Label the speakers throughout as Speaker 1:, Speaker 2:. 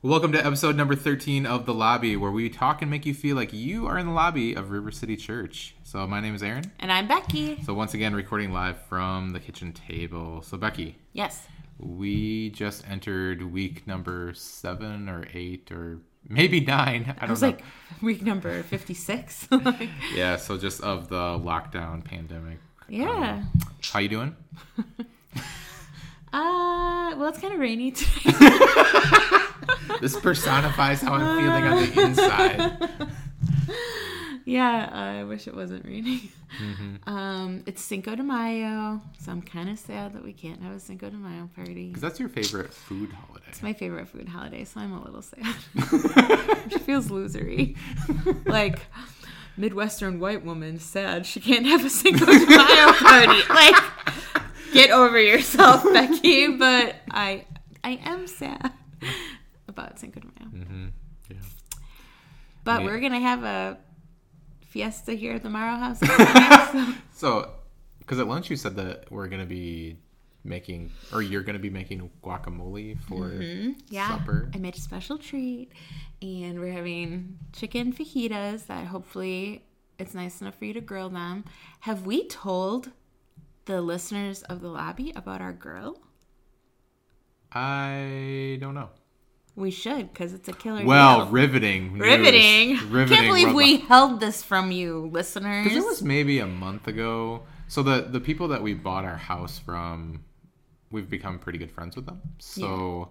Speaker 1: Welcome to episode number 13 of The Lobby, where we talk and make you feel like you are in the lobby of River City Church. So, my name is Aaron.
Speaker 2: And I'm Becky.
Speaker 1: So, once again, recording live from the kitchen table. So, Becky,
Speaker 2: Yes.
Speaker 1: we just entered week number seven or eight or maybe nine. I
Speaker 2: I,
Speaker 1: don't
Speaker 2: was
Speaker 1: know.
Speaker 2: like week number 56. like,
Speaker 1: yeah, so just of the lockdown pandemic.
Speaker 2: yeah.
Speaker 1: Um, how you doing?
Speaker 2: Uh, well, it's kind of rainy today.
Speaker 1: This personifies how I'm feeling on the inside.
Speaker 2: yeah, I wish it wasn't raining. Um, it's Cinco de Mayo, so I'm kind of sad that we can't have a Cinco de Mayo party.
Speaker 1: Because that's your favorite food holiday.
Speaker 2: It's my favorite food holiday, so I'm a little sad. It feels losery. like Midwestern white woman sad she can't have a Cinco de Mayo party. Like, get over yourself, Becky. But I, I am sad about Cinco de Mayo.
Speaker 1: Mhm. Yeah.
Speaker 2: But
Speaker 1: Yeah.
Speaker 2: we're gonna have a fiesta here at the Morrow House. so-
Speaker 1: So, because at lunch you said that we're gonna be making, or you're gonna be making guacamole for
Speaker 2: Mm-hmm. yeah,
Speaker 1: supper.
Speaker 2: I made a special treat, and we're having chicken fajitas that hopefully it's nice enough for you to grill them. Have we told the listeners of the lobby about our grill?
Speaker 1: I don't know.
Speaker 2: We should, because it's a killer.
Speaker 1: Well,
Speaker 2: deal.
Speaker 1: riveting, news.
Speaker 2: riveting.
Speaker 1: riveting.
Speaker 2: Can't believe we
Speaker 1: Because
Speaker 2: held this from you, listeners.
Speaker 1: it was maybe a month ago. So the the people that we bought our house from, we've become pretty good friends with them. So,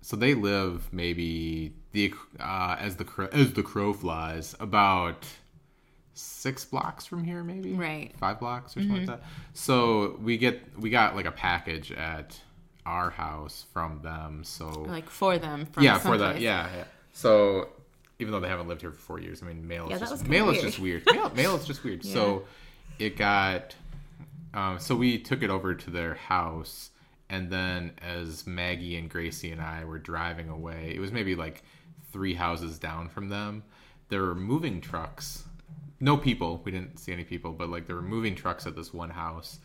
Speaker 1: so they live maybe the uh, as the crow, as the crow flies about six blocks from here, maybe
Speaker 2: Right.
Speaker 1: five blocks or something like that. So we get we got like a package at our house from them. So
Speaker 2: like for them. From
Speaker 1: yeah, for that
Speaker 2: someplace.
Speaker 1: yeah, yeah. So even though they haven't lived here for four years, I mean mail
Speaker 2: Yeah,
Speaker 1: is
Speaker 2: that was
Speaker 1: just
Speaker 2: kinda
Speaker 1: mail is
Speaker 2: weird.
Speaker 1: just weird. Mail, mail is just weird. So it got um, so we took it over to their house, and then as Maggie and Gracie and I were driving away, it was maybe like three houses down from them. There were moving trucks, no people. We didn't see any people, but like there were moving trucks at this one house,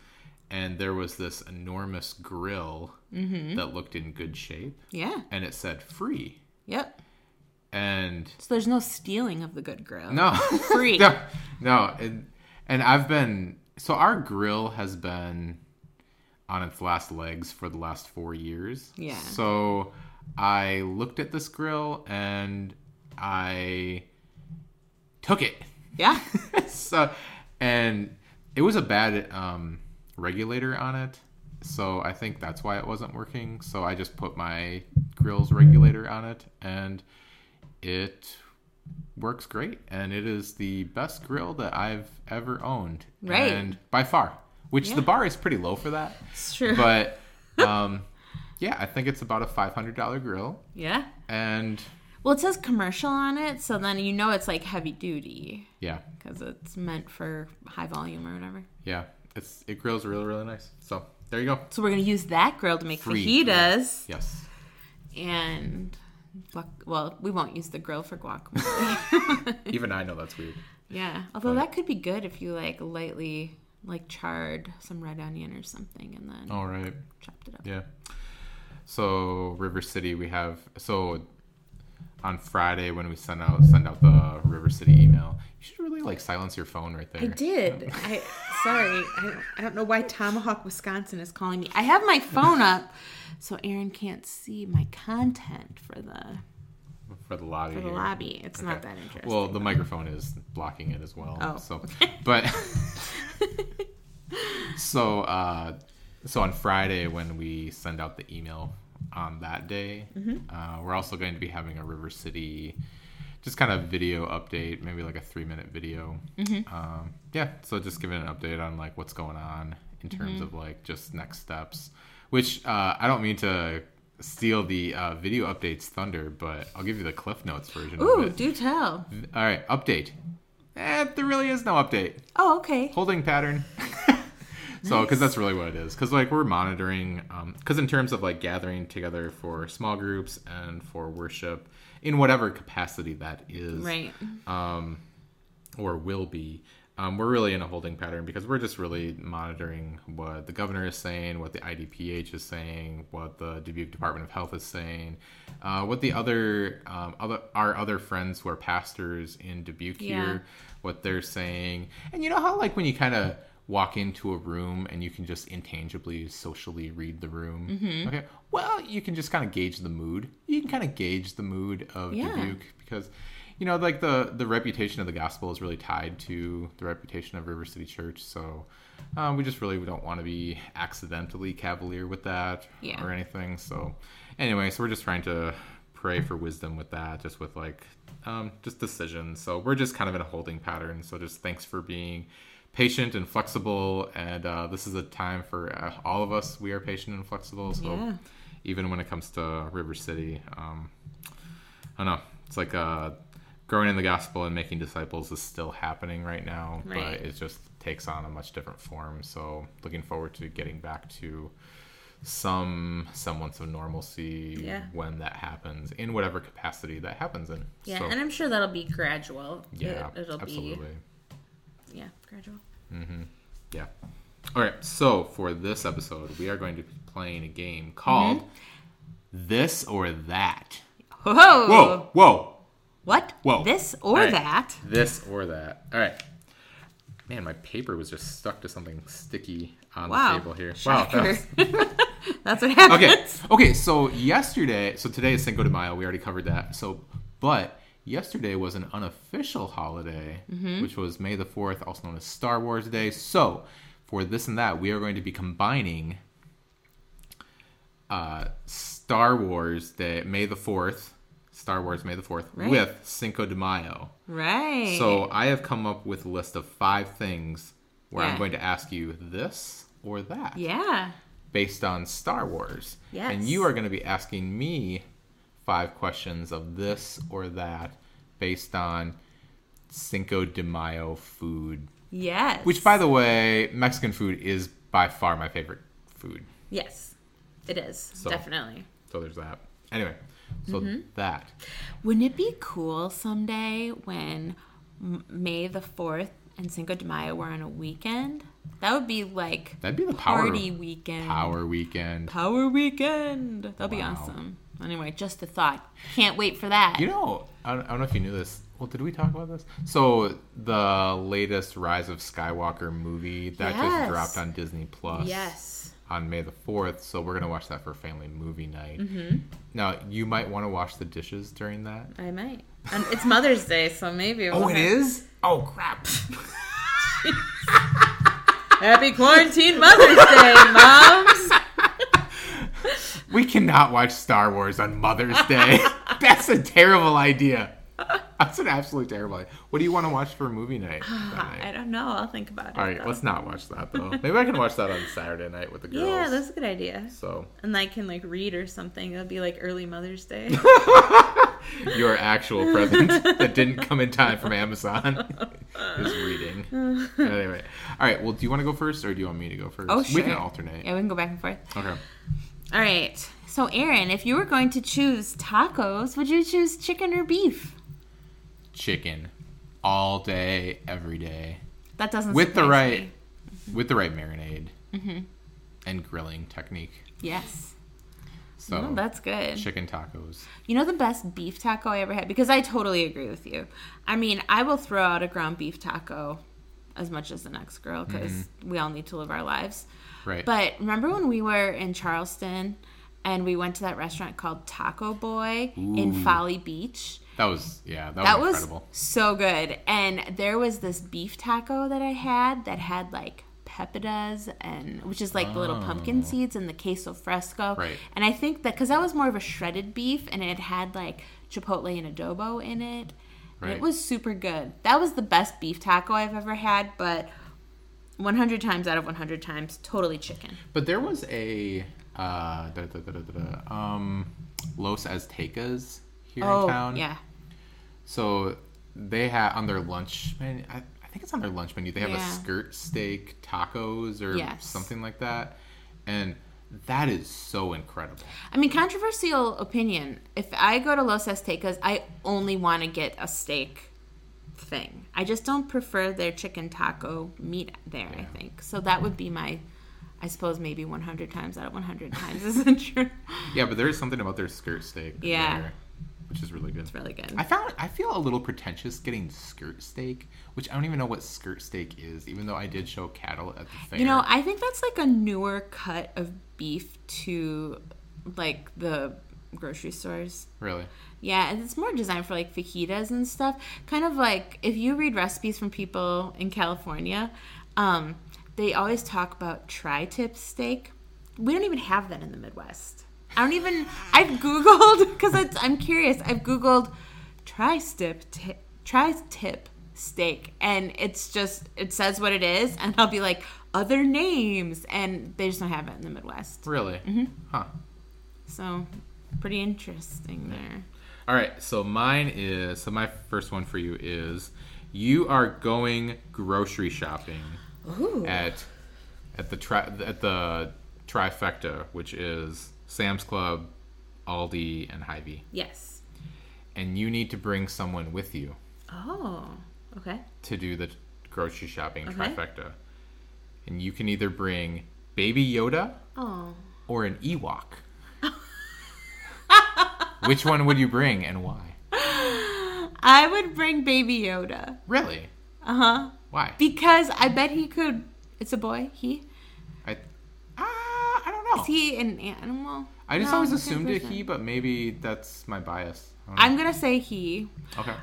Speaker 1: and there was this enormous grill
Speaker 2: Mm-hmm.
Speaker 1: that looked in good shape,
Speaker 2: Yeah.
Speaker 1: and it said free.
Speaker 2: Yep.
Speaker 1: And
Speaker 2: So there's no stealing of the good grill.
Speaker 1: no,
Speaker 2: Free.
Speaker 1: no, no, and and I've been so our grill has been on its last legs for the last four years.
Speaker 2: Yeah.
Speaker 1: So I looked at this grill and I took it.
Speaker 2: Yeah.
Speaker 1: so and it was a bad um, regulator on it. So I think that's why it wasn't working. So I just put my grill's regulator on it and it works great and it is the best grill that I've ever owned.
Speaker 2: Right.
Speaker 1: And by far. Which
Speaker 2: Yeah.
Speaker 1: the bar is pretty low for that.
Speaker 2: It's true.
Speaker 1: But um yeah, I think it's about a five hundred dollar grill.
Speaker 2: yeah.
Speaker 1: And
Speaker 2: Well, it says commercial on it, so then you know it's like heavy duty
Speaker 1: yeah,
Speaker 2: because it's meant for high volume or whatever.
Speaker 1: yeah. It's it grills really, really nice. So there you go.
Speaker 2: So we're gonna use that grill to make
Speaker 1: Free
Speaker 2: fajitas,
Speaker 1: Yes.
Speaker 2: and guac- well, we won't use the grill for guacamole.
Speaker 1: Even I know that's weird.
Speaker 2: yeah, although that could be good if you like lightly like charred some red onion or something and then
Speaker 1: All right.
Speaker 2: chopped it up.
Speaker 1: Yeah. So River City, we have so on Friday when we send out send out the River City email. You should really like silence your phone right there. Oh.
Speaker 2: I did. I sorry. I don't, I don't know why Tomahawk, Wisconsin is calling me. I have my phone up, so Aaron can't see my content for the
Speaker 1: for the lobby.
Speaker 2: for the
Speaker 1: here.
Speaker 2: lobby. It's not
Speaker 1: Okay.
Speaker 2: that interesting.
Speaker 1: Well, the microphone is blocking it as well.
Speaker 2: Oh.
Speaker 1: So, but so uh, so on Friday when we send out the email on that day,
Speaker 2: Mm-hmm.
Speaker 1: uh, we're also going to be having a River City just kind of video update, maybe like a three minute video.
Speaker 2: Mm-hmm.
Speaker 1: Um, yeah, so just giving an update on like what's going on in terms
Speaker 2: Mm-hmm.
Speaker 1: of like just next steps. Which uh, I don't mean to steal the uh, video updates thunder, but I'll give you the Cliff Notes version. of
Speaker 2: Ooh,
Speaker 1: it.
Speaker 2: do tell.
Speaker 1: All right, update. Eh, there really is no update.
Speaker 2: Oh, okay.
Speaker 1: Holding pattern. so, because that's really what it is. Because like we're monitoring. Because in terms of like gathering together for small groups and for worship, in whatever capacity that is,
Speaker 2: Right.
Speaker 1: or will be. Um, we're really in a holding pattern because we're just really monitoring what the governor is saying, what the IDPH is saying, what the Dubuque Department of Health is saying, uh, what the other, um, other our other friends who are pastors in Dubuque
Speaker 2: Yeah.
Speaker 1: here, what they're saying, and you know how like when you kind of walk into a room and you can just intangibly socially read the room.
Speaker 2: Mm-hmm.
Speaker 1: Okay, well you can just kind of gauge the mood. You can kind of gauge the mood of
Speaker 2: Yeah.
Speaker 1: Dubuque because you know like the the reputation of the gospel is really tied to the reputation of River City Church. So um, we just really don't want to be accidentally cavalier with that
Speaker 2: Yeah.
Speaker 1: or anything. So anyway, so we're just trying to pray for wisdom with that, just with like um, just decisions. So we're just kind of in a holding pattern. So just thanks for being patient and flexible. And uh, this is a time for uh, all of us. We are patient and flexible. So
Speaker 2: Yeah.
Speaker 1: even when it comes to River City, um, I don't know. It's like uh, growing in the gospel and making disciples is still happening right now,
Speaker 2: Right.
Speaker 1: but it just takes on a much different form. So looking forward to getting back to some semblance of normalcy
Speaker 2: Yeah.
Speaker 1: when that happens in whatever capacity that happens in.
Speaker 2: Yeah,
Speaker 1: So,
Speaker 2: and I'm sure that'll be gradual.
Speaker 1: yeah,
Speaker 2: it, will
Speaker 1: absolutely.
Speaker 2: be yeah, gradual.
Speaker 1: Yeah. All right. So for this episode, we are going to be playing a game called
Speaker 2: Mm-hmm.
Speaker 1: This or That.
Speaker 2: Whoa!
Speaker 1: Whoa, whoa.
Speaker 2: What?
Speaker 1: Whoa.
Speaker 2: This or
Speaker 1: All right.
Speaker 2: that?
Speaker 1: This or that. All right. Man, my paper was just stuck to something sticky on
Speaker 2: Wow.
Speaker 1: the table here. Wow. that
Speaker 2: Shocker.
Speaker 1: was-
Speaker 2: That's what happens.
Speaker 1: okay. Okay. So yesterday, so today is Cinco de Mayo. We already covered that. So, but yesterday was an unofficial holiday,
Speaker 2: Mm-hmm.
Speaker 1: which was May the Fourth, also known as Star Wars Day. So, for this and that, we are going to be combining uh, Star Wars Day, May the Fourth, Star Wars May the Fourth,
Speaker 2: Right.
Speaker 1: with Cinco de Mayo.
Speaker 2: Right.
Speaker 1: So I have come up with a list of five things where I'm
Speaker 2: Yeah.
Speaker 1: going to ask you this or that
Speaker 2: yeah.
Speaker 1: based on Star Wars.
Speaker 2: Yes.
Speaker 1: And you are going to be asking me five questions of this or that based on Cinco de Mayo food,
Speaker 2: Yes.
Speaker 1: which, by the way, Mexican food is by far my favorite food.
Speaker 2: yes, it is definitely.
Speaker 1: So there's that. Anyway, so
Speaker 2: Mm-hmm.
Speaker 1: that.
Speaker 2: Wouldn't it be cool someday when M- May the Fourth and Cinco de Mayo were on a weekend? That would be like
Speaker 1: That'd be the power,
Speaker 2: party weekend.
Speaker 1: power weekend.
Speaker 2: Power weekend. That'd be
Speaker 1: Wow.
Speaker 2: awesome. Anyway, just a thought. Can't wait for that.
Speaker 1: You know, I don't, I don't know if you knew this. Well, did we talk about this? So the latest Rise of Skywalker movie that
Speaker 2: Yes.
Speaker 1: just dropped on Disney Plus
Speaker 2: yes.
Speaker 1: on May the fourth. So we're gonna watch that for family movie night.
Speaker 2: Mm-hmm.
Speaker 1: Now you might want to wash the dishes during that.
Speaker 2: I might. Um, it's Mother's Day, so maybe.
Speaker 1: Oh,
Speaker 2: we'll
Speaker 1: it
Speaker 2: have-
Speaker 1: is. Oh crap!
Speaker 2: Happy quarantine Mother's Day, moms.
Speaker 1: we cannot watch Star Wars on Mother's Day. That's a terrible idea. That's an absolutely terrible idea. What do you want to watch for movie night? that night?
Speaker 2: I don't know. I'll think about it.
Speaker 1: All right,
Speaker 2: though.
Speaker 1: let's not watch that though. Maybe I can watch that on Saturday night with the girls.
Speaker 2: Yeah, that's a good idea.
Speaker 1: So
Speaker 2: And I can like read or something. It'll be like early Mother's Day.
Speaker 1: your actual present that didn't come in time from Amazon is reading. Anyway, all right. Well, do you want to go first, or do you want me to go first?
Speaker 2: Oh,
Speaker 1: We
Speaker 2: sure.
Speaker 1: can alternate.
Speaker 2: yeah, we can go back and forth.
Speaker 1: Okay.
Speaker 2: All right. So, Aaron, if you were going to choose tacos, would you choose chicken or beef?
Speaker 1: Chicken, all day, every day,
Speaker 2: That doesn't
Speaker 1: with the
Speaker 2: surprise
Speaker 1: right, Mm-hmm.
Speaker 2: me.
Speaker 1: with the right marinade
Speaker 2: Mm-hmm.
Speaker 1: and grilling technique.
Speaker 2: Yes.
Speaker 1: So
Speaker 2: Oh, that's good.
Speaker 1: chicken tacos.
Speaker 2: You know the best beef taco I ever had? Because I totally agree with you. I mean, I will throw out a ground beef taco as much as the next girl because
Speaker 1: Mm-hmm.
Speaker 2: we all need to live our lives.
Speaker 1: Right.
Speaker 2: But remember when we were in Charleston and we went to that restaurant called Taco Boy in Folly Beach?
Speaker 1: that was yeah. That,
Speaker 2: That
Speaker 1: was
Speaker 2: was
Speaker 1: incredible.
Speaker 2: so good. And there was this beef taco that I had that had like pepitas and which is like the little pumpkin seeds and the queso fresco.
Speaker 1: Oh. Right.
Speaker 2: And I think that because that was more of a shredded beef and it had like chipotle and adobo in it. And
Speaker 1: Right.
Speaker 2: It was super good. That was the best beef taco I've ever had, but 100 times out of 100 times, totally chicken.
Speaker 1: But there was a uh, da, da, da, da, da, da, um, Los Aztecas here in
Speaker 2: Oh,
Speaker 1: town.
Speaker 2: yeah.
Speaker 1: So they have on their lunch menu. I, I think it's on their lunch menu. They have
Speaker 2: Yeah.
Speaker 1: a skirt steak tacos or
Speaker 2: Yes.
Speaker 1: something like that, and that is so incredible.
Speaker 2: I mean, controversial opinion. If I go to Los Aztecas, I only want to get a steak thing. I just don't prefer their chicken taco meat there, I think. So that would be my, I suppose, maybe 100 times out of 100 times isn't true.
Speaker 1: Yeah, but there is something about their skirt steak.
Speaker 2: Yeah.
Speaker 1: there, which is really good.
Speaker 2: It's really good.
Speaker 1: I found I feel a little pretentious getting skirt steak, which I don't even know what skirt steak is, even though I did show cattle at the fair.
Speaker 2: You know, I think that's like a newer cut of beef to like the grocery stores.
Speaker 1: really,
Speaker 2: Yeah, and it's more designed for like fajitas and stuff. Kind of like if you read recipes from people in California, um, they always talk about tri tip steak. We don't even have that in the Midwest. I don't even, I've Googled, because I'm curious, I've Googled tri tip tri tip steak, and it's just, it says what it is, and I'll be like, other names, and they just don't have it in the Midwest.
Speaker 1: really,
Speaker 2: Mm-hmm.
Speaker 1: huh?
Speaker 2: So, pretty interesting there.
Speaker 1: All right, so mine is so my first one for you is you are going grocery shopping
Speaker 2: Ooh.
Speaker 1: at at the tri- at the trifecta, which is Sam's Club, Aldi, and Hy-Vee,
Speaker 2: Yes.
Speaker 1: and you need to bring someone with you.
Speaker 2: Oh, okay.
Speaker 1: to do the grocery shopping
Speaker 2: Okay.
Speaker 1: trifecta. And you can either bring Baby Yoda
Speaker 2: Oh,
Speaker 1: or an Ewok. Which one would you bring and why?
Speaker 2: I would bring Baby Yoda.
Speaker 1: Really?
Speaker 2: Uh huh.
Speaker 1: Why?
Speaker 2: Because I bet he could. It's a boy. He
Speaker 1: I, uh, I don't know.
Speaker 2: is he an animal?
Speaker 1: I just
Speaker 2: No,
Speaker 1: always
Speaker 2: he's a
Speaker 1: assumed it
Speaker 2: person.
Speaker 1: he, but maybe that's my bias. I don't know.
Speaker 2: I'm gonna say he.
Speaker 1: okay.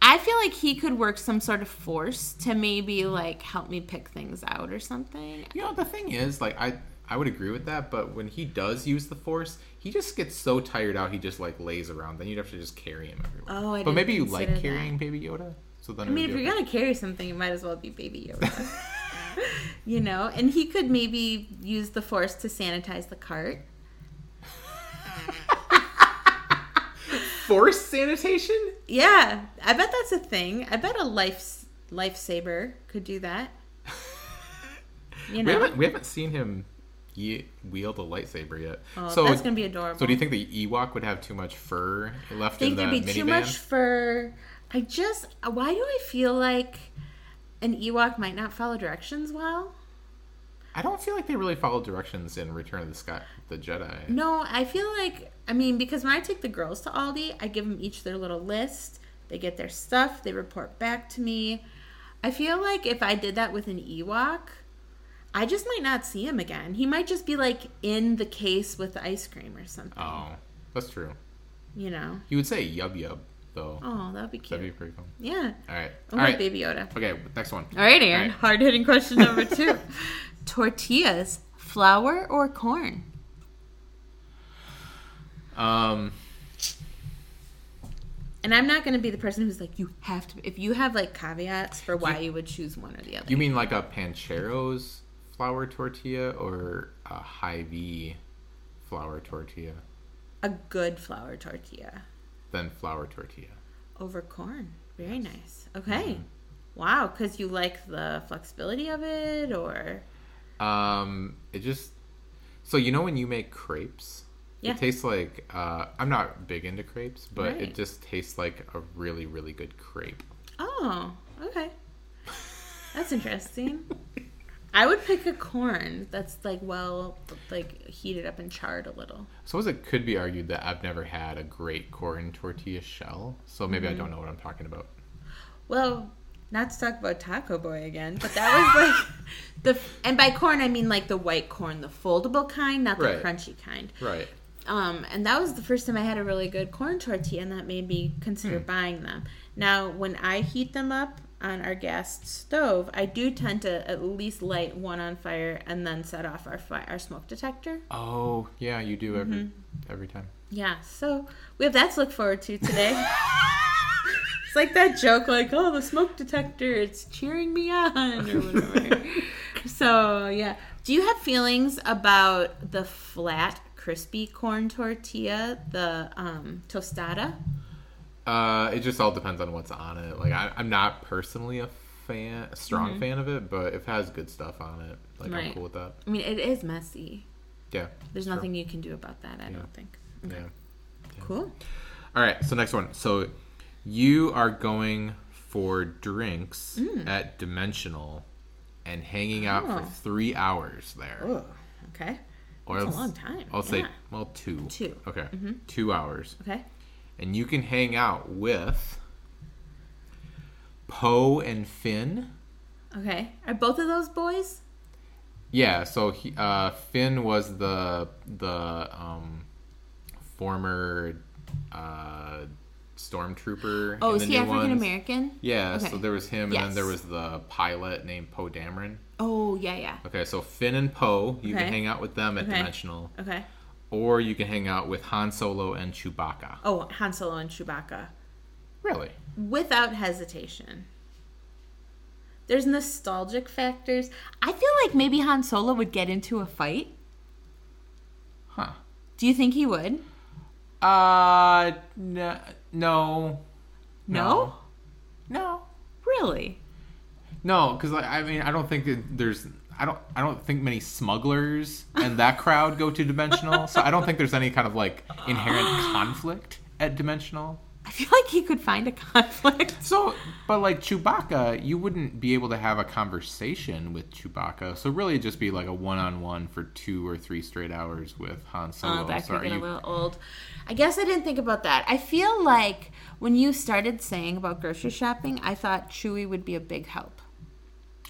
Speaker 2: I feel like he could work some sort of force to maybe like help me pick things out or something.
Speaker 1: You know the thing is, like I, I would agree with that, but when he does use the force, he just gets so tired out he just like lays around. Then you'd have to just carry him everywhere.
Speaker 2: Oh, I
Speaker 1: but
Speaker 2: didn't
Speaker 1: maybe you like
Speaker 2: consider that.
Speaker 1: carrying Baby Yoda, so then
Speaker 2: I mean, if
Speaker 1: would
Speaker 2: you're
Speaker 1: be
Speaker 2: gonna carry something, it might as well be Baby Yoda. you know, and he could maybe use the force to sanitize the cart.
Speaker 1: force sanitation?
Speaker 2: Yeah, I bet that's a thing. I bet a life lifesaver could do that. You
Speaker 1: We
Speaker 2: know,
Speaker 1: haven't we haven't seen him ye- wield a lightsaber yet.
Speaker 2: Oh,
Speaker 1: so
Speaker 2: that's gonna be adorable.
Speaker 1: so do you think the Ewok would have too much fur left
Speaker 2: I think
Speaker 1: in
Speaker 2: there'd
Speaker 1: the
Speaker 2: be
Speaker 1: minivan?
Speaker 2: too much fur. I just why do I feel like an Ewok might not follow directions well?
Speaker 1: I don't feel like they really followed directions in Return of the Sky, the Jedi.
Speaker 2: No, I feel like I mean because when I take the girls to Aldi, I give them each their little list. They get their stuff. They report back to me. I feel like if I did that with an Ewok, I just might not see him again. He might just be like in the case with the ice cream or something.
Speaker 1: Oh, that's true.
Speaker 2: You know?
Speaker 1: He would say yub yub though.
Speaker 2: Oh, that'd be cute.
Speaker 1: That'd be pretty cool.
Speaker 2: Yeah.
Speaker 1: All right,
Speaker 2: Oh,
Speaker 1: all right.
Speaker 2: Baby Yoda.
Speaker 1: Okay, next one.
Speaker 2: All right, Aaron.
Speaker 1: All right.
Speaker 2: Hard hitting question number two: tortillas, flour or corn?
Speaker 1: Um,
Speaker 2: And I'm not going to be the person who's like, you have to. If you have like caveats for why you would choose one or the other.
Speaker 1: you mean like a Pancheros flour tortilla or a Hy-Vee flour tortilla?
Speaker 2: a good flour tortilla
Speaker 1: Then flour tortilla.
Speaker 2: over corn. Very nice. Okay. Wow, 'cause Wow, because you like the flexibility of it, or
Speaker 1: Um, it just so you know when you make crepes,
Speaker 2: Yeah.
Speaker 1: it tastes like uh, I'm not big into crepes, but
Speaker 2: Right.
Speaker 1: it just tastes like a really really good crepe.
Speaker 2: oh, okay, that's interesting. I would pick a corn that's like well, like heated up and charred a little.
Speaker 1: I suppose it could be argued that I've never had a great corn tortilla shell, so maybe I don't know what I'm talking about.
Speaker 2: Well, not to talk about Taco Boy again, but that was like the and by corn I mean like the white corn, the foldable kind, not the
Speaker 1: Right.
Speaker 2: crunchy kind.
Speaker 1: Right.
Speaker 2: Um, and that was the first time I had a really good corn tortilla, and that made me consider buying them. Now, when I heat them up on our gas stove, I do tend to at least light one on fire and then set off our fire, our smoke detector.
Speaker 1: Oh yeah, you do every
Speaker 2: Mm-hmm.
Speaker 1: every time.
Speaker 2: Yeah, so we have that to look forward to today. it's like that joke, like, oh, the smoke detector, it's cheering me on, or whatever. so, yeah. Do you have feelings about the flat, crispy corn tortilla, the um, tostada?
Speaker 1: Uh, it just all depends on what's on it. Like I, I'm not personally a fan, a strong fan of it, but if it has good stuff on it, like I'm
Speaker 2: Mm-hmm. Right.
Speaker 1: cool with that.
Speaker 2: I mean, it is messy.
Speaker 1: Yeah.
Speaker 2: There's
Speaker 1: Sure.
Speaker 2: nothing you can do about that, I don't think.
Speaker 1: Yeah.
Speaker 2: Cool.
Speaker 1: All right, so next one. So you are going for drinks at Dimensional and hanging out for
Speaker 2: Mm. Oh.
Speaker 1: three hours there.
Speaker 2: Oh, okay.
Speaker 1: or
Speaker 2: That's a
Speaker 1: else-
Speaker 2: long time.
Speaker 1: I'll say,
Speaker 2: Yeah.
Speaker 1: well, two.
Speaker 2: Two. Mm-hmm.
Speaker 1: Okay. Two hours.
Speaker 2: Okay.
Speaker 1: And you can hang out with Poe and Finn.
Speaker 2: Okay. Are both of those boys?
Speaker 1: Yeah, so he, uh, Finn was the the um, former uh, stormtrooper.
Speaker 2: Oh,
Speaker 1: in
Speaker 2: is
Speaker 1: the
Speaker 2: he
Speaker 1: new
Speaker 2: African
Speaker 1: ones.
Speaker 2: American?
Speaker 1: Yeah, so
Speaker 2: Okay.
Speaker 1: there was him, and then there
Speaker 2: Yes.
Speaker 1: was the pilot named Poe Dameron.
Speaker 2: Oh, yeah, yeah.
Speaker 1: Okay, so Finn and Poe, you
Speaker 2: Okay.
Speaker 1: can hang out with them at
Speaker 2: Okay.
Speaker 1: Dimensional,
Speaker 2: Okay.
Speaker 1: or you can hang out with Han Solo and Chewbacca.
Speaker 2: Oh, Han Solo and Chewbacca.
Speaker 1: Really?
Speaker 2: Without hesitation. There's nostalgic factors. I feel like maybe Han Solo would get into a fight.
Speaker 1: Huh.
Speaker 2: Do you think he would?
Speaker 1: Uh, no, no,
Speaker 2: No?
Speaker 1: no,
Speaker 2: Really?
Speaker 1: no, because like, I mean, I don't think that there's, I don't, I don't think many smugglers and that crowd go to Dimensional, so I don't think there's any kind of like inherent conflict at Dimensional.
Speaker 2: I feel like he could find a conflict.
Speaker 1: So, but like Chewbacca, you wouldn't be able to have a conversation with Chewbacca. So really, it'd just be like a one-on-one for two or three straight hours with Han Solo.
Speaker 2: Oh, that could
Speaker 1: Sorry,
Speaker 2: get a
Speaker 1: you-
Speaker 2: little old. I guess I didn't think about that. I feel like when you started saying about grocery shopping, I thought Chewy would be a big help.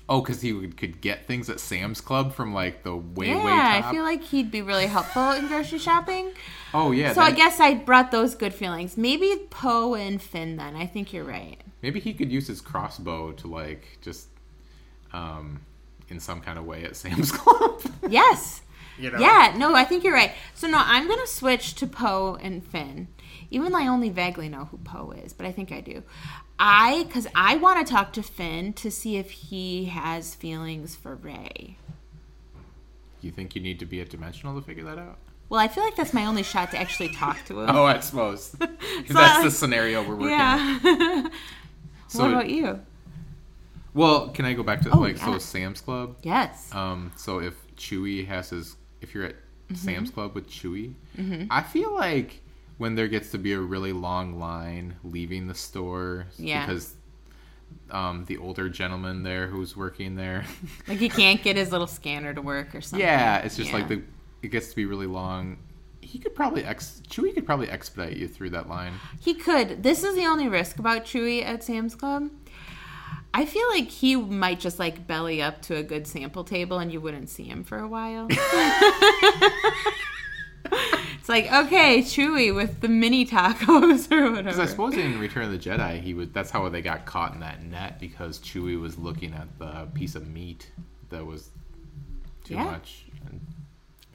Speaker 1: oh, because he would, could get things at Sam's Club from like the way way
Speaker 2: Yeah,
Speaker 1: top.
Speaker 2: I feel like he'd be really helpful in grocery shopping.
Speaker 1: oh yeah.
Speaker 2: So I
Speaker 1: that-
Speaker 2: guess I brought those good feelings. Maybe Poe and Finn then. I think you're right.
Speaker 1: Maybe he could use his crossbow to like just um in some kind of way at Sam's Club.
Speaker 2: Yes.
Speaker 1: You know.
Speaker 2: Yeah, no, I think you're right. So no, I'm gonna switch to Poe and Finn, even though I only vaguely know who Poe is, but I think I do. I, because I want to talk to Finn to see if he has feelings for Ray.
Speaker 1: you think you need to be at Dimensional to figure that out?
Speaker 2: Well, I feel like that's my only shot to actually talk to him.
Speaker 1: Oh, I suppose. That's the
Speaker 2: like-
Speaker 1: scenario we're working with.
Speaker 2: yeah.
Speaker 1: So,
Speaker 2: what about you?
Speaker 1: Well, can I go back to
Speaker 2: Oh,
Speaker 1: like
Speaker 2: yeah.
Speaker 1: so Sam's Club?
Speaker 2: Yes.
Speaker 1: Um so if Chewy has his if you're at
Speaker 2: Mm-hmm.
Speaker 1: Sam's Club with Chewy, I feel like when there gets to be a really long line leaving the store
Speaker 2: Yeah.
Speaker 1: because um, the older gentleman there who's working there
Speaker 2: Like he can't get his little scanner to work or something.
Speaker 1: Yeah, it's just like
Speaker 2: Yeah.
Speaker 1: the it gets to be really long. He could probably ex Chewie could probably expedite you through that line.
Speaker 2: He could. This is the only risk about Chewy at Sam's Club. I feel like he might just like belly up to a good sample table and you wouldn't see him for a while. it's like, okay, Chewy with the mini tacos or
Speaker 1: Because I
Speaker 2: whatever.
Speaker 1: suppose in Return of the Jedi, he was that's how they got caught in that net because Chewie was looking at the piece of meat that was too
Speaker 2: Yeah.
Speaker 1: much. And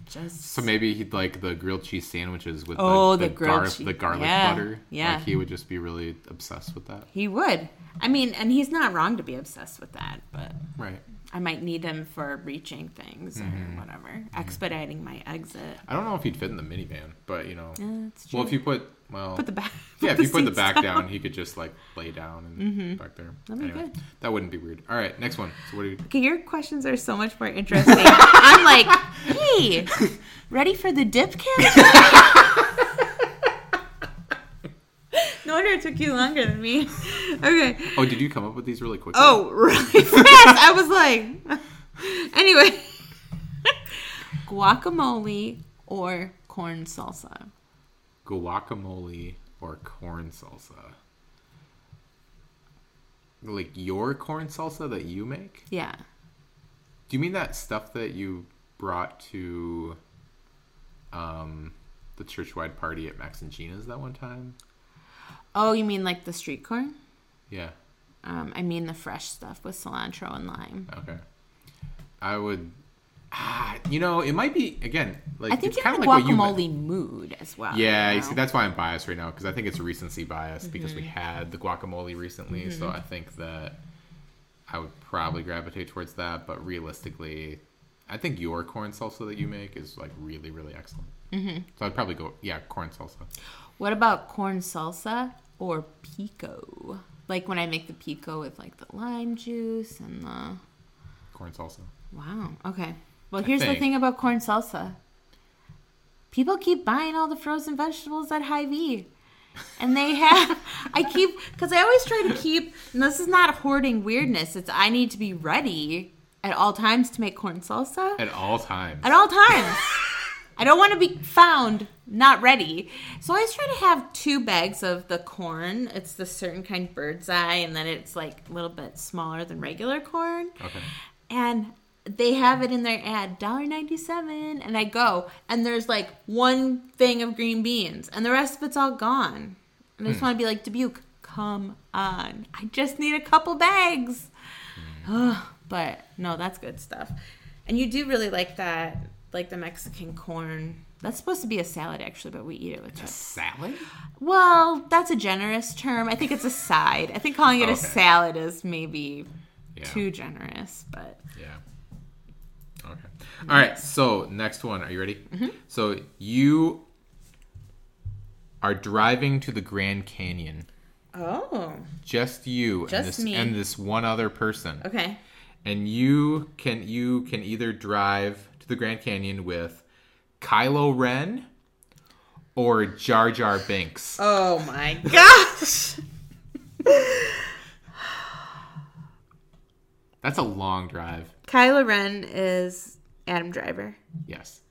Speaker 2: Just
Speaker 1: so maybe he'd like the grilled cheese sandwiches with
Speaker 2: Oh,
Speaker 1: the,
Speaker 2: the grilled
Speaker 1: garlic
Speaker 2: chee-
Speaker 1: the garlic
Speaker 2: yeah,
Speaker 1: butter.
Speaker 2: yeah.
Speaker 1: like he would just be really obsessed with that.
Speaker 2: he would. I mean, and he's not wrong to be obsessed with that, but
Speaker 1: Right.
Speaker 2: I might need him for reaching things or
Speaker 1: Mm-hmm.
Speaker 2: whatever, expediting my exit.
Speaker 1: I don't know if he'd fit in the minivan, but you know,
Speaker 2: Yeah, that's true.
Speaker 1: well if you put well
Speaker 2: put the back,
Speaker 1: yeah, if you put the
Speaker 2: seats Mm-hmm.
Speaker 1: back down. he could just like lay down and back there.
Speaker 2: That'd be good.
Speaker 1: That wouldn't be weird. All right, next one. So what do you?
Speaker 2: Okay, your questions are so much more interesting. I'm like, hey, ready for the dip count? no wonder it took you longer than me. Okay.
Speaker 1: Oh, did you come up with these really quickly?
Speaker 2: Oh, really fast. I was like, anyway, guacamole or corn salsa.
Speaker 1: guacamole or corn salsa? Like your corn salsa that you make?
Speaker 2: Yeah.
Speaker 1: Do you mean that stuff that you brought to, um, the churchwide party at Max and Gina's that one time?
Speaker 2: Oh, you mean like the street corn?
Speaker 1: Yeah.
Speaker 2: Um, I mean the fresh stuff with cilantro and lime.
Speaker 1: Okay. I would. Ah, you know, it might be again. Like
Speaker 2: I think
Speaker 1: it's
Speaker 2: you're
Speaker 1: kind
Speaker 2: in
Speaker 1: of
Speaker 2: a
Speaker 1: like what you meant.
Speaker 2: guacamole mood as well.
Speaker 1: Yeah, you
Speaker 2: know?
Speaker 1: see, that's why I'm biased right now because I think it's recency bias because we had the guacamole recently, so I think that I would probably gravitate towards that. But realistically, I think your corn salsa that you make is like really, really excellent. Mm-hmm. So I'd probably go, yeah, corn salsa.
Speaker 2: What about corn salsa or pico? Like when I make the pico with like the lime juice and the
Speaker 1: Corn salsa.
Speaker 2: wow. Okay. Well, here's the
Speaker 1: think-
Speaker 2: thing about corn salsa. People keep buying all the frozen vegetables at Hy-Vee. and they have i keep because i always try to keep and this is not hoarding weirdness it's i need to be ready at all times to make corn salsa
Speaker 1: At all times.
Speaker 2: at all times i don't want to be found not ready so i always try to have two bags of the corn it's the certain kind bird's eye and then it's like a little bit smaller than regular corn
Speaker 1: okay.
Speaker 2: and they have it in their ad $1.97 and i go and there's like one thing of green beans and the rest of it's all gone and i just want to be like dubuque come on i just need a couple bags Ugh, but no that's good stuff and you do really like that like the mexican corn that's supposed to be a salad actually but we eat it with
Speaker 1: A
Speaker 2: chips
Speaker 1: salad?
Speaker 2: well that's a generous term i think it's a side i think calling it a
Speaker 1: Okay.
Speaker 2: salad is maybe
Speaker 1: Yeah.
Speaker 2: too generous but
Speaker 1: Yeah. Okay. All right. So next one. Are you ready? So you are driving to the Grand Canyon.
Speaker 2: Oh,
Speaker 1: Just you and
Speaker 2: Just
Speaker 1: this
Speaker 2: me.
Speaker 1: and this one other person.
Speaker 2: okay.
Speaker 1: And you can you can either drive to the Grand Canyon with Kylo Ren or Jar Jar Binks.
Speaker 2: Oh my gosh.
Speaker 1: That's a long drive.
Speaker 2: Kylo Ren is Adam Driver.
Speaker 1: Yes.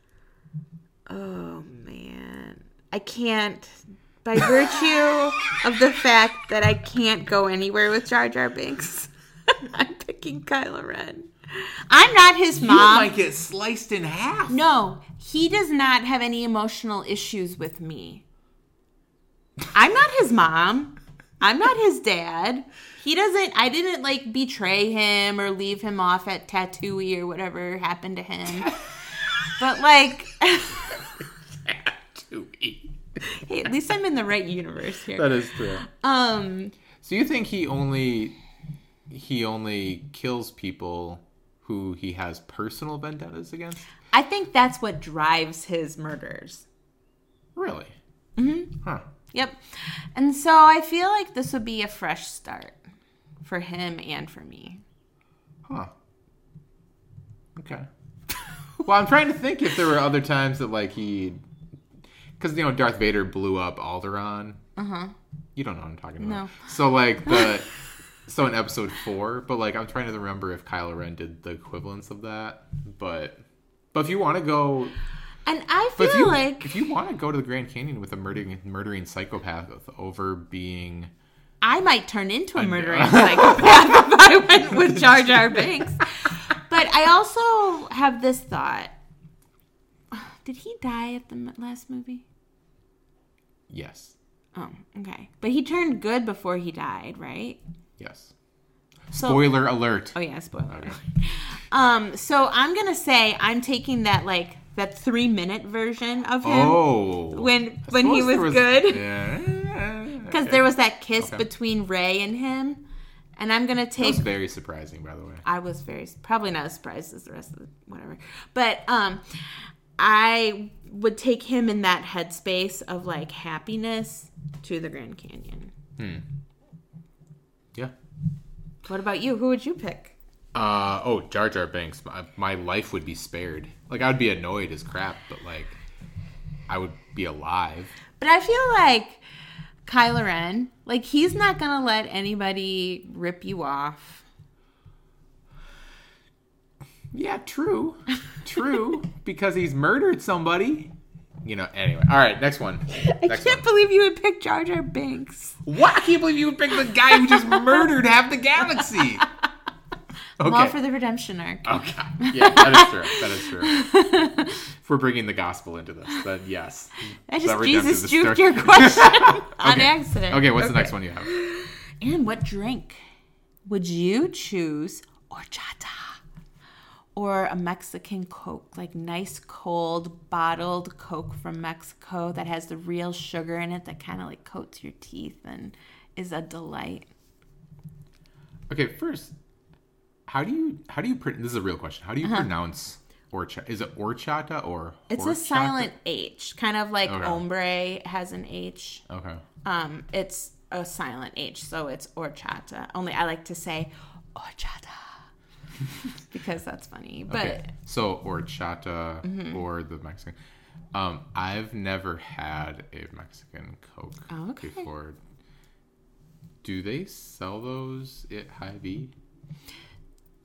Speaker 2: Oh man. I can't by virtue of the fact that I can't go anywhere with Jar Jar Binks. I'm picking Kylo Ren. I'm not his mom.
Speaker 1: get sliced in half.
Speaker 2: Um, no, he does not have any emotional issues with me. I'm not his mom. I'm not his dad. He doesn't. I didn't like betray him or leave him off at Tatooine or whatever happened to him. but like, hey, at least I'm in the right universe here.
Speaker 1: That is true.
Speaker 2: Um,
Speaker 1: So you think he only he only kills people who he has personal vendettas against?
Speaker 2: I think that's what drives his murders.
Speaker 1: Really? Mm-hmm. Huh.
Speaker 2: Yep. And so I feel like this would be a fresh start for him and for me.
Speaker 1: Huh. Okay. well, I'm trying to think if there were other times that like he, because you know Darth Vader blew up Alderaan. Uh huh. You don't know what I'm talking about.
Speaker 2: Uh-huh. No.
Speaker 1: So like the. So in episode four, but like I'm trying to remember if Kylo Ren did the equivalence of that. But but if you want to go
Speaker 2: And I
Speaker 1: But
Speaker 2: feel
Speaker 1: if you,
Speaker 2: like
Speaker 1: if you want to go to the Grand Canyon with a murdering murdering psychopath over being
Speaker 2: I might turn into a murdering psychopath if I went with Jar Jar Binks. But I also have this thought. Did he die at the m- last movie?
Speaker 1: yes,
Speaker 2: Oh, okay. But he turned good before he died, right?
Speaker 1: yes.
Speaker 2: So,
Speaker 1: Spoiler alert.
Speaker 2: oh yeah, spoiler.
Speaker 1: Okay.
Speaker 2: Um, so I'm gonna say I'm taking that like that three minute version of him
Speaker 1: Oh,
Speaker 2: when
Speaker 1: I
Speaker 2: when he
Speaker 1: suppose
Speaker 2: was,
Speaker 1: there
Speaker 2: good
Speaker 1: Yeah.
Speaker 2: because there was that kiss
Speaker 1: Okay.
Speaker 2: between Ray and him, and I'm gonna
Speaker 1: That
Speaker 2: take
Speaker 1: was very surprising, by the way.
Speaker 2: I was very probably not as surprised as the rest of the whatever, but um, I would take him in that headspace of like happiness to the Grand Canyon.
Speaker 1: Yeah.
Speaker 2: What about you? Who would you pick?
Speaker 1: Uh oh, Jar Jar Binks. My, my life would be spared. Like I'd be annoyed as crap, but like I would be alive.
Speaker 2: But I feel like Kylo Ren, like he's not gonna let anybody rip you off.
Speaker 1: Yeah, true. True. because he's murdered somebody. You know, anyway. All right, next one.
Speaker 2: I
Speaker 1: Next one.
Speaker 2: can't believe you would pick Jar Jar Binks.
Speaker 1: What? I can't believe you would pick the guy who just murdered half the galaxy.
Speaker 2: I'm all
Speaker 1: Okay. Oh,
Speaker 2: for the redemption arc.
Speaker 1: okay. Yeah, that is true. That is true. if we're bringing the gospel into this, then yes.
Speaker 2: I just
Speaker 1: That redemptive
Speaker 2: Jesus
Speaker 1: is
Speaker 2: juked
Speaker 1: thirty.
Speaker 2: your question on
Speaker 1: Okay.
Speaker 2: accident.
Speaker 1: Okay, what's the next one you have?
Speaker 2: And what drink would you choose? Horchata or a Mexican Coke, like nice cold bottled Coke from Mexico that has the real sugar in it that kind of like coats your teeth and is a delight.
Speaker 1: Okay, first, how do you how do you pr- this is a real question. How do you pronounce orchata? Is it orchata or
Speaker 2: Uh-huh. It's
Speaker 1: horchata?
Speaker 2: a silent H, kind of like
Speaker 1: Okay.
Speaker 2: ombre has an H.
Speaker 1: Okay.
Speaker 2: Um, it's a silent H, so it's horchata. Only I like to say horchata because that's funny. But Mm-hmm.
Speaker 1: Okay. So orchata or the Mexican. Um, I've never had a Mexican Coke
Speaker 2: Oh, okay.
Speaker 1: before. Do they sell those at Hy-Vee?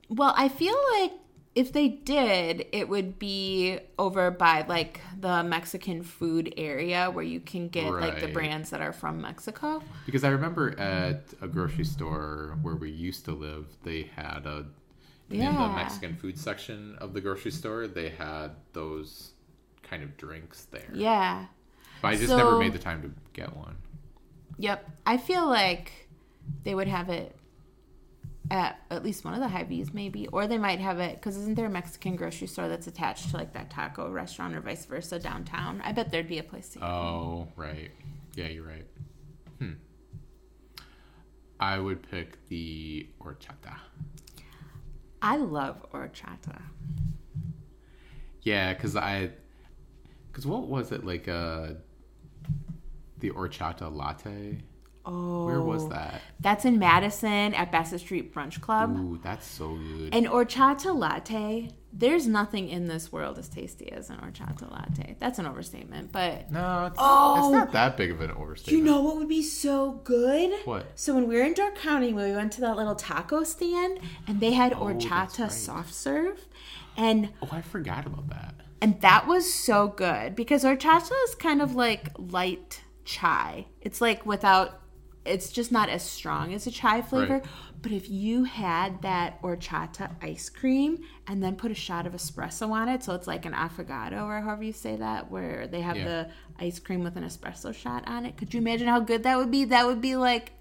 Speaker 2: Well, I feel like if they did, it would be over by like the Mexican food area where you can get like the
Speaker 1: Right.
Speaker 2: brands that are from Mexico.
Speaker 1: Because I remember at a grocery store where we used to live, they had a in the
Speaker 2: Yeah.
Speaker 1: Mexican food section of the grocery store, they had those kind of drinks there.
Speaker 2: Yeah.
Speaker 1: But I just never
Speaker 2: So-
Speaker 1: made the time to get one.
Speaker 2: Yep. I feel like they would have it at at least one of the high V's maybe, or they might have it because isn't there a Mexican grocery store that's attached to like that taco restaurant or vice versa downtown? I bet there'd be a place to.
Speaker 1: Oh, right. Yeah, you're right. Hmm. I would pick the horchata.
Speaker 2: I love horchata.
Speaker 1: Yeah, because I, because what was it like? Uh, the horchata latte.
Speaker 2: Oh,
Speaker 1: Where was that?
Speaker 2: That's in Madison at Bassett Street Brunch Club.
Speaker 1: Ooh, that's so good.
Speaker 2: An horchata latte. There's nothing in this world as tasty as an horchata latte. That's an overstatement, but
Speaker 1: No, it's,
Speaker 2: Oh!
Speaker 1: it's not that big of an overstatement.
Speaker 2: you know what would be so good?
Speaker 1: What?
Speaker 2: So when we were in Door County, we went to that little taco stand, and they had
Speaker 1: Oh, that's
Speaker 2: horchata
Speaker 1: right.
Speaker 2: soft serve, and
Speaker 1: Oh, I forgot about that.
Speaker 2: and that was so good because horchata is kind of like light chai. It's like without, it's just not as strong as a chai flavor.
Speaker 1: Right.
Speaker 2: But if you had that horchata ice cream and then put a shot of espresso on it, so it's like an affogato or however you say that, where they have
Speaker 1: Yeah.
Speaker 2: the ice cream with an espresso shot on it, could you imagine how good that would be? That would be like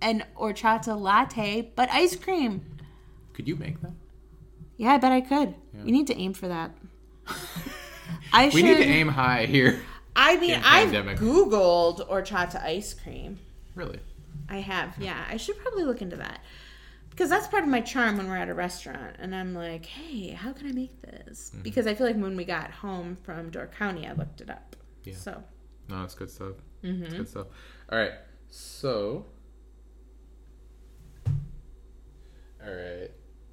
Speaker 2: an horchata latte, but ice cream.
Speaker 1: Could you make that?
Speaker 2: Yeah, I bet I could. We need to aim for that. I
Speaker 1: We
Speaker 2: should...
Speaker 1: need to aim high here.
Speaker 2: I mean,
Speaker 1: In
Speaker 2: I've
Speaker 1: pandemic.
Speaker 2: Googled horchata ice cream.
Speaker 1: Really?
Speaker 2: I have, yeah. I should probably look into that. Because that's part of my charm when we're at a restaurant. And I'm like, hey, how can I make this?
Speaker 1: Mm-hmm.
Speaker 2: Because I feel like when we got home from Door County, I looked it up.
Speaker 1: Yeah.
Speaker 2: So,
Speaker 1: No, it's good stuff.
Speaker 2: Mm-hmm.
Speaker 1: It's good stuff. All right. So. All right.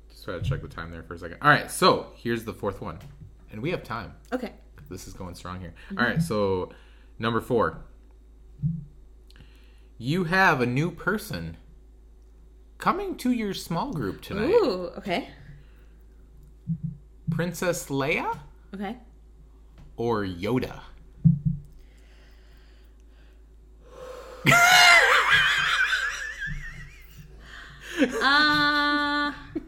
Speaker 1: Just gotta check the time there for a second. All right. So here's the fourth one, and we have time.
Speaker 2: okay.
Speaker 1: This is going strong here. All
Speaker 2: Mm-hmm.
Speaker 1: right. So number four. You have a new person coming to your small group tonight.
Speaker 2: Ooh, okay.
Speaker 1: Princess Leia
Speaker 2: Okay.
Speaker 1: or Yoda?
Speaker 2: Uh,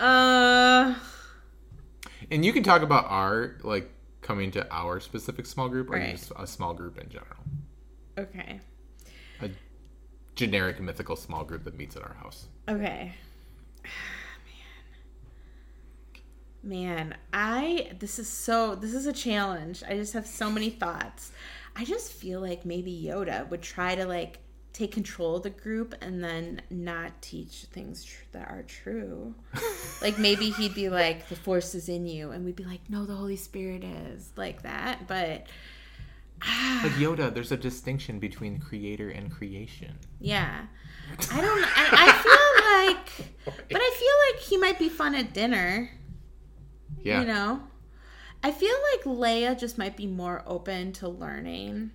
Speaker 2: uh,
Speaker 1: And you can talk about our like coming to our specific small group or
Speaker 2: Right.
Speaker 1: just a small group in general.
Speaker 2: okay.
Speaker 1: A generic mythical small group that meets at our house.
Speaker 2: Okay. Man. Man, I this is so this is a challenge. I just have so many thoughts. I just feel like maybe Yoda would try to like take control of the group and then not teach things tr- that are true. like maybe he'd be like the force is in you and we'd be like no the holy spirit is like that, but
Speaker 1: Like Yoda, there's a distinction between creator and creation.
Speaker 2: Yeah. I don't I, I feel like but I feel like he might be fun at dinner.
Speaker 1: Yeah.
Speaker 2: You know? I feel like Leia just might be more open to learning.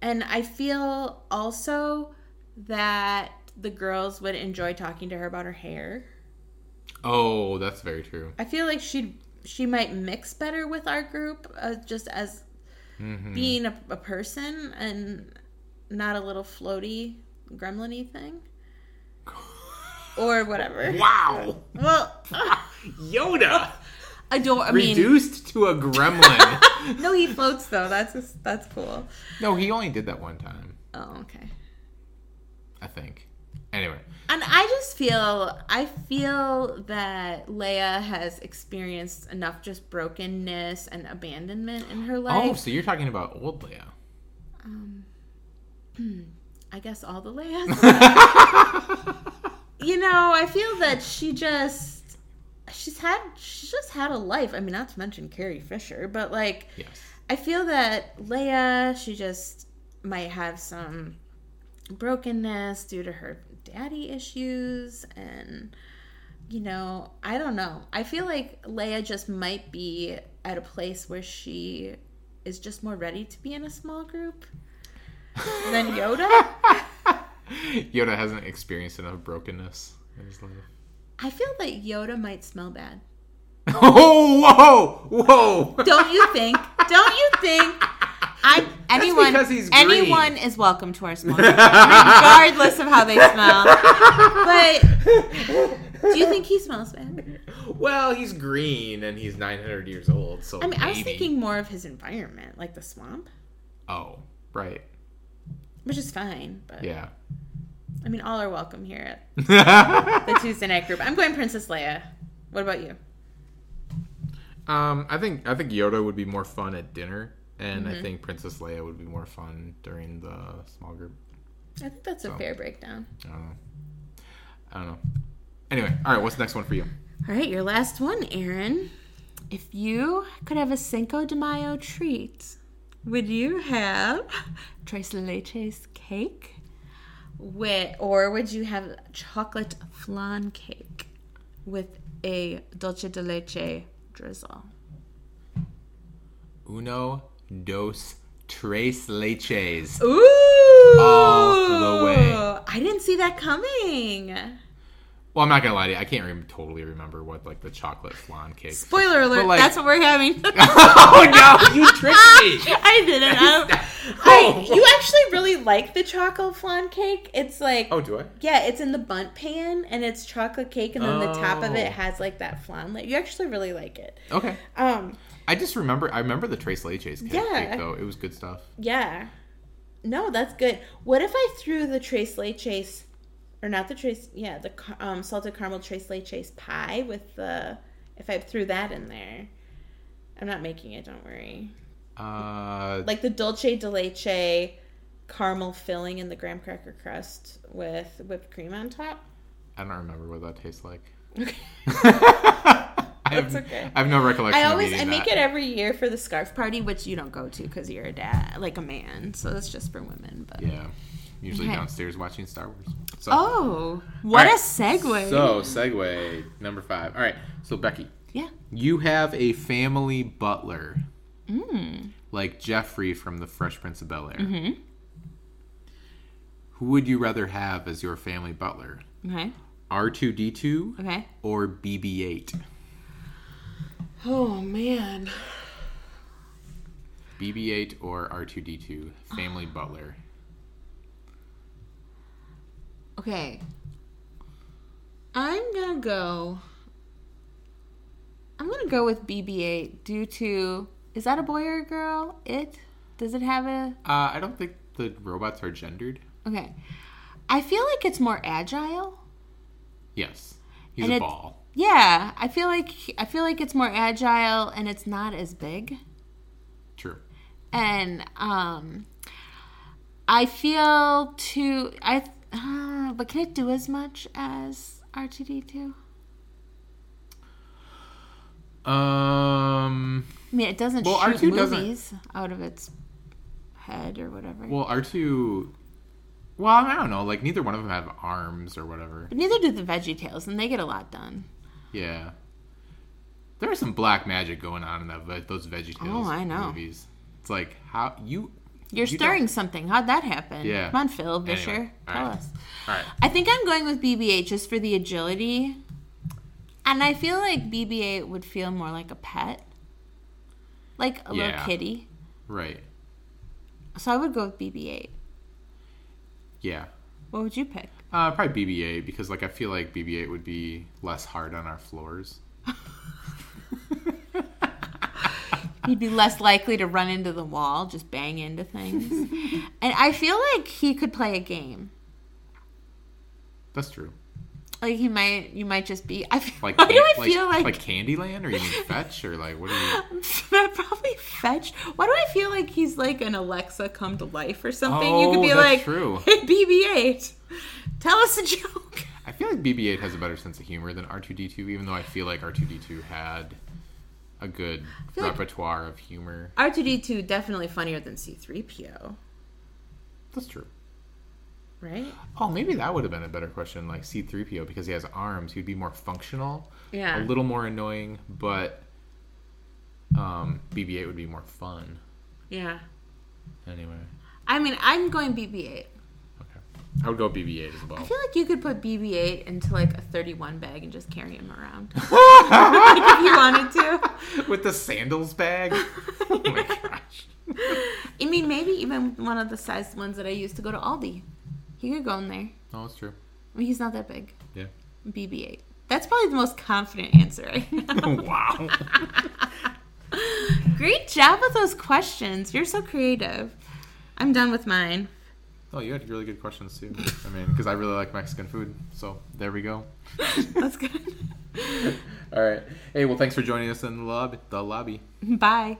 Speaker 2: And I feel also that the girls would enjoy talking to her about her hair.
Speaker 1: Oh, that's very true.
Speaker 2: I feel like she she might mix better with our group uh, just as being a, a person and not a little floaty gremlin-y thing or whatever.
Speaker 1: Wow.
Speaker 2: Well,
Speaker 1: Yoda
Speaker 2: adore. I mean,
Speaker 1: reduced to a gremlin.
Speaker 2: no, he floats though. That's just, that's cool.
Speaker 1: no, he only did that one time,
Speaker 2: Oh, okay.
Speaker 1: I think. Anyway.
Speaker 2: And I just feel I feel that Leia has experienced enough just brokenness and abandonment in her
Speaker 1: Oh,
Speaker 2: life. Um,
Speaker 1: so you're talking about old Leia.
Speaker 2: hmm, I guess all the Leias. you know, I feel that she just she's had she's just had a life. I mean, not to mention Carrie Fisher, but like
Speaker 1: Yes.
Speaker 2: I feel that Leia, she just might have some brokenness due to her daddy issues and you know, I don't know. I feel like Leia just might be at a place where she is just more ready to be in a small group than Yoda.
Speaker 1: Yoda hasn't experienced enough brokenness in his life.
Speaker 2: I feel like Yoda might smell bad.
Speaker 1: Oh, whoa, whoa!
Speaker 2: Don't you think? Don't you think? I anyone
Speaker 1: because he's green.
Speaker 2: anyone is welcome to our small group, regardless of how they smell. But do you think he smells bad?
Speaker 1: Well, he's green and he's 900 years old, so
Speaker 2: I mean, I was
Speaker 1: maybe.
Speaker 2: thinking more of his environment, like the swamp,
Speaker 1: Oh, right.
Speaker 2: which is fine. But
Speaker 1: Yeah.
Speaker 2: I mean, all are welcome here at the Tuesday night group. I'm going Princess Leia. What about you?
Speaker 1: um, I think I think Yoda would be more fun at dinner, and I think Princess Leia would be more fun during the small group.
Speaker 2: I think that's a
Speaker 1: Oh.
Speaker 2: fair breakdown.
Speaker 1: I don't know. I don't know. Anyway, all right. What's the next one for you?
Speaker 2: All right, your last one, Aaron. If you could have a Cinco de Mayo treat, would you have tres leches cake? With, or would you have chocolate flan cake with a dulce de leche drizzle?
Speaker 1: Uno, dos, tres leches.
Speaker 2: Ooh!
Speaker 1: All the Oh, way.
Speaker 2: I didn't see that coming.
Speaker 1: Well, I'm not gonna lie to you. I can't re- totally remember what like the chocolate flan cake.
Speaker 2: Spoiler alert,
Speaker 1: like-
Speaker 2: that's what we're having.
Speaker 1: oh no! You tricked me.
Speaker 2: I didn't. I don't- I,
Speaker 1: Oh.
Speaker 2: you actually really like the chocolate flan cake. It's like,
Speaker 1: oh, do I?
Speaker 2: yeah, it's in the bunt pan and it's chocolate cake, and then the top of
Speaker 1: Oh.
Speaker 2: it has like that flan. Like, you actually really like it.
Speaker 1: Okay.
Speaker 2: Um,
Speaker 1: I just remember. I remember the Trace Leches cake,
Speaker 2: Yeah.
Speaker 1: though. It was good stuff.
Speaker 2: yeah. No, that's good. What if I threw the Trace Lay Chase, or not the Trace, yeah, the car- um, salted caramel Trace Lay Chase pie with the, if I threw that in there? I'm not making it, don't worry.
Speaker 1: Uh,
Speaker 2: like the dulce de leche caramel filling in the graham cracker crust with whipped cream on top.
Speaker 1: I don't remember what that tastes like.
Speaker 2: Okay.
Speaker 1: I have,
Speaker 2: That's okay.
Speaker 1: I have no recollection.
Speaker 2: I always
Speaker 1: of
Speaker 2: I
Speaker 1: eating
Speaker 2: make it
Speaker 1: that.
Speaker 2: every year for the scarf party, which you don't go to because you're a dad, like a man. So that's just for women. But
Speaker 1: Yeah, usually
Speaker 2: Okay.
Speaker 1: downstairs watching Star Wars. So,
Speaker 2: oh, what
Speaker 1: All
Speaker 2: a
Speaker 1: right.
Speaker 2: segue!
Speaker 1: So segue number five. All right. So Becky,
Speaker 2: yeah,
Speaker 1: you have a family butler
Speaker 2: mm.
Speaker 1: like Jeffrey from The Fresh Prince of Bel Air.
Speaker 2: Mm-hmm.
Speaker 1: Who would you rather have as your family butler?
Speaker 2: okay,
Speaker 1: R two D two
Speaker 2: okay.
Speaker 1: or BB eight?
Speaker 2: Oh man,
Speaker 1: BB eight or R two D two family butler.
Speaker 2: okay. I'm gonna go. I'm gonna go with BB-8 due to is that a boy or a girl? It does it have a
Speaker 1: Uh, I don't think the robots are gendered.
Speaker 2: Okay. I feel like it's more agile.
Speaker 1: Yes, he's
Speaker 2: And
Speaker 1: a
Speaker 2: it-
Speaker 1: ball.
Speaker 2: Yeah, I feel like I feel like it's more agile and it's not as big.
Speaker 1: True.
Speaker 2: And um I feel too I uh, but can it do as much as R2D2?
Speaker 1: Um.
Speaker 2: I mean, it doesn't
Speaker 1: Well,
Speaker 2: shoot
Speaker 1: R2 doesn't-
Speaker 2: movies out of its head or whatever.
Speaker 1: Well, R two. Well, I don't know. Like neither one of them have arms or whatever.
Speaker 2: but neither do the Veggie Tales, and they get a lot done.
Speaker 1: Yeah. There is some black magic going on in that ve- those VeggieTales
Speaker 2: Oh, I know.
Speaker 1: movies. It's like how you.
Speaker 2: You're
Speaker 1: You don't-
Speaker 2: stirring something. How'd that happen?
Speaker 1: Yeah.
Speaker 2: Come on, Phil Vischer,
Speaker 1: Anyway, all
Speaker 2: tell
Speaker 1: right.
Speaker 2: us.
Speaker 1: All right.
Speaker 2: I think I'm going with BB-8 just for the agility. And I feel like BB-8 would feel more like a pet, like a little
Speaker 1: Yeah.
Speaker 2: kitty.
Speaker 1: Right.
Speaker 2: So I would go with BB-8.
Speaker 1: Yeah.
Speaker 2: What would you pick?
Speaker 1: Uh, probably BB-8 because like I feel like BB-8 would be less hard on our floors.
Speaker 2: He'd be less likely to run into the wall, just bang into things. and I feel like he could play a game.
Speaker 1: That's true.
Speaker 2: Like he might, you might just be. I feel,
Speaker 1: Like
Speaker 2: why do I
Speaker 1: like,
Speaker 2: feel like,
Speaker 1: Candyland or you mean Fetch or like what do you?
Speaker 2: probably fetched? Why do I feel like he's like an Alexa come to life or something? you could
Speaker 1: Oh,
Speaker 2: be
Speaker 1: that's
Speaker 2: like,
Speaker 1: true.
Speaker 2: Hey, BB-8, tell us a joke.
Speaker 1: I feel like BB-8 has a better sense of humor than R2D2, even though I feel like R2D2 had a good
Speaker 2: feel like-
Speaker 1: repertoire of humor.
Speaker 2: R2D2 definitely funnier than C3PO.
Speaker 1: That's true.
Speaker 2: right?
Speaker 1: Oh, maybe that would have been a better question. Like C3PO, because he has arms, he'd be more functional,
Speaker 2: Yeah.
Speaker 1: a little more annoying, but um, BB 8 would be more fun.
Speaker 2: yeah.
Speaker 1: Anyway,
Speaker 2: I mean, I'm going BB-8.
Speaker 1: okay. I would go BB 8 as
Speaker 2: I
Speaker 1: well.
Speaker 2: feel like you could put BB-8 into like a 31 bag and just carry him around, like if you wanted to.
Speaker 1: With the sandals bag? oh my gosh.
Speaker 2: I mean, maybe even one of the size ones that I used to go to Aldi. He could go in there.
Speaker 1: No, it's true.
Speaker 2: I mean, he's not that big.
Speaker 1: Yeah.
Speaker 2: BB-8. That's probably the most confident answer. I have.
Speaker 1: wow.
Speaker 2: Great job with those questions. You're so creative. I'm done with mine.
Speaker 1: Oh, you had really good questions too. I mean, because I really like Mexican food. So there we go.
Speaker 2: That's good.
Speaker 1: All right. Hey, well, thanks for joining us in the lobby. The lobby.
Speaker 2: Bye.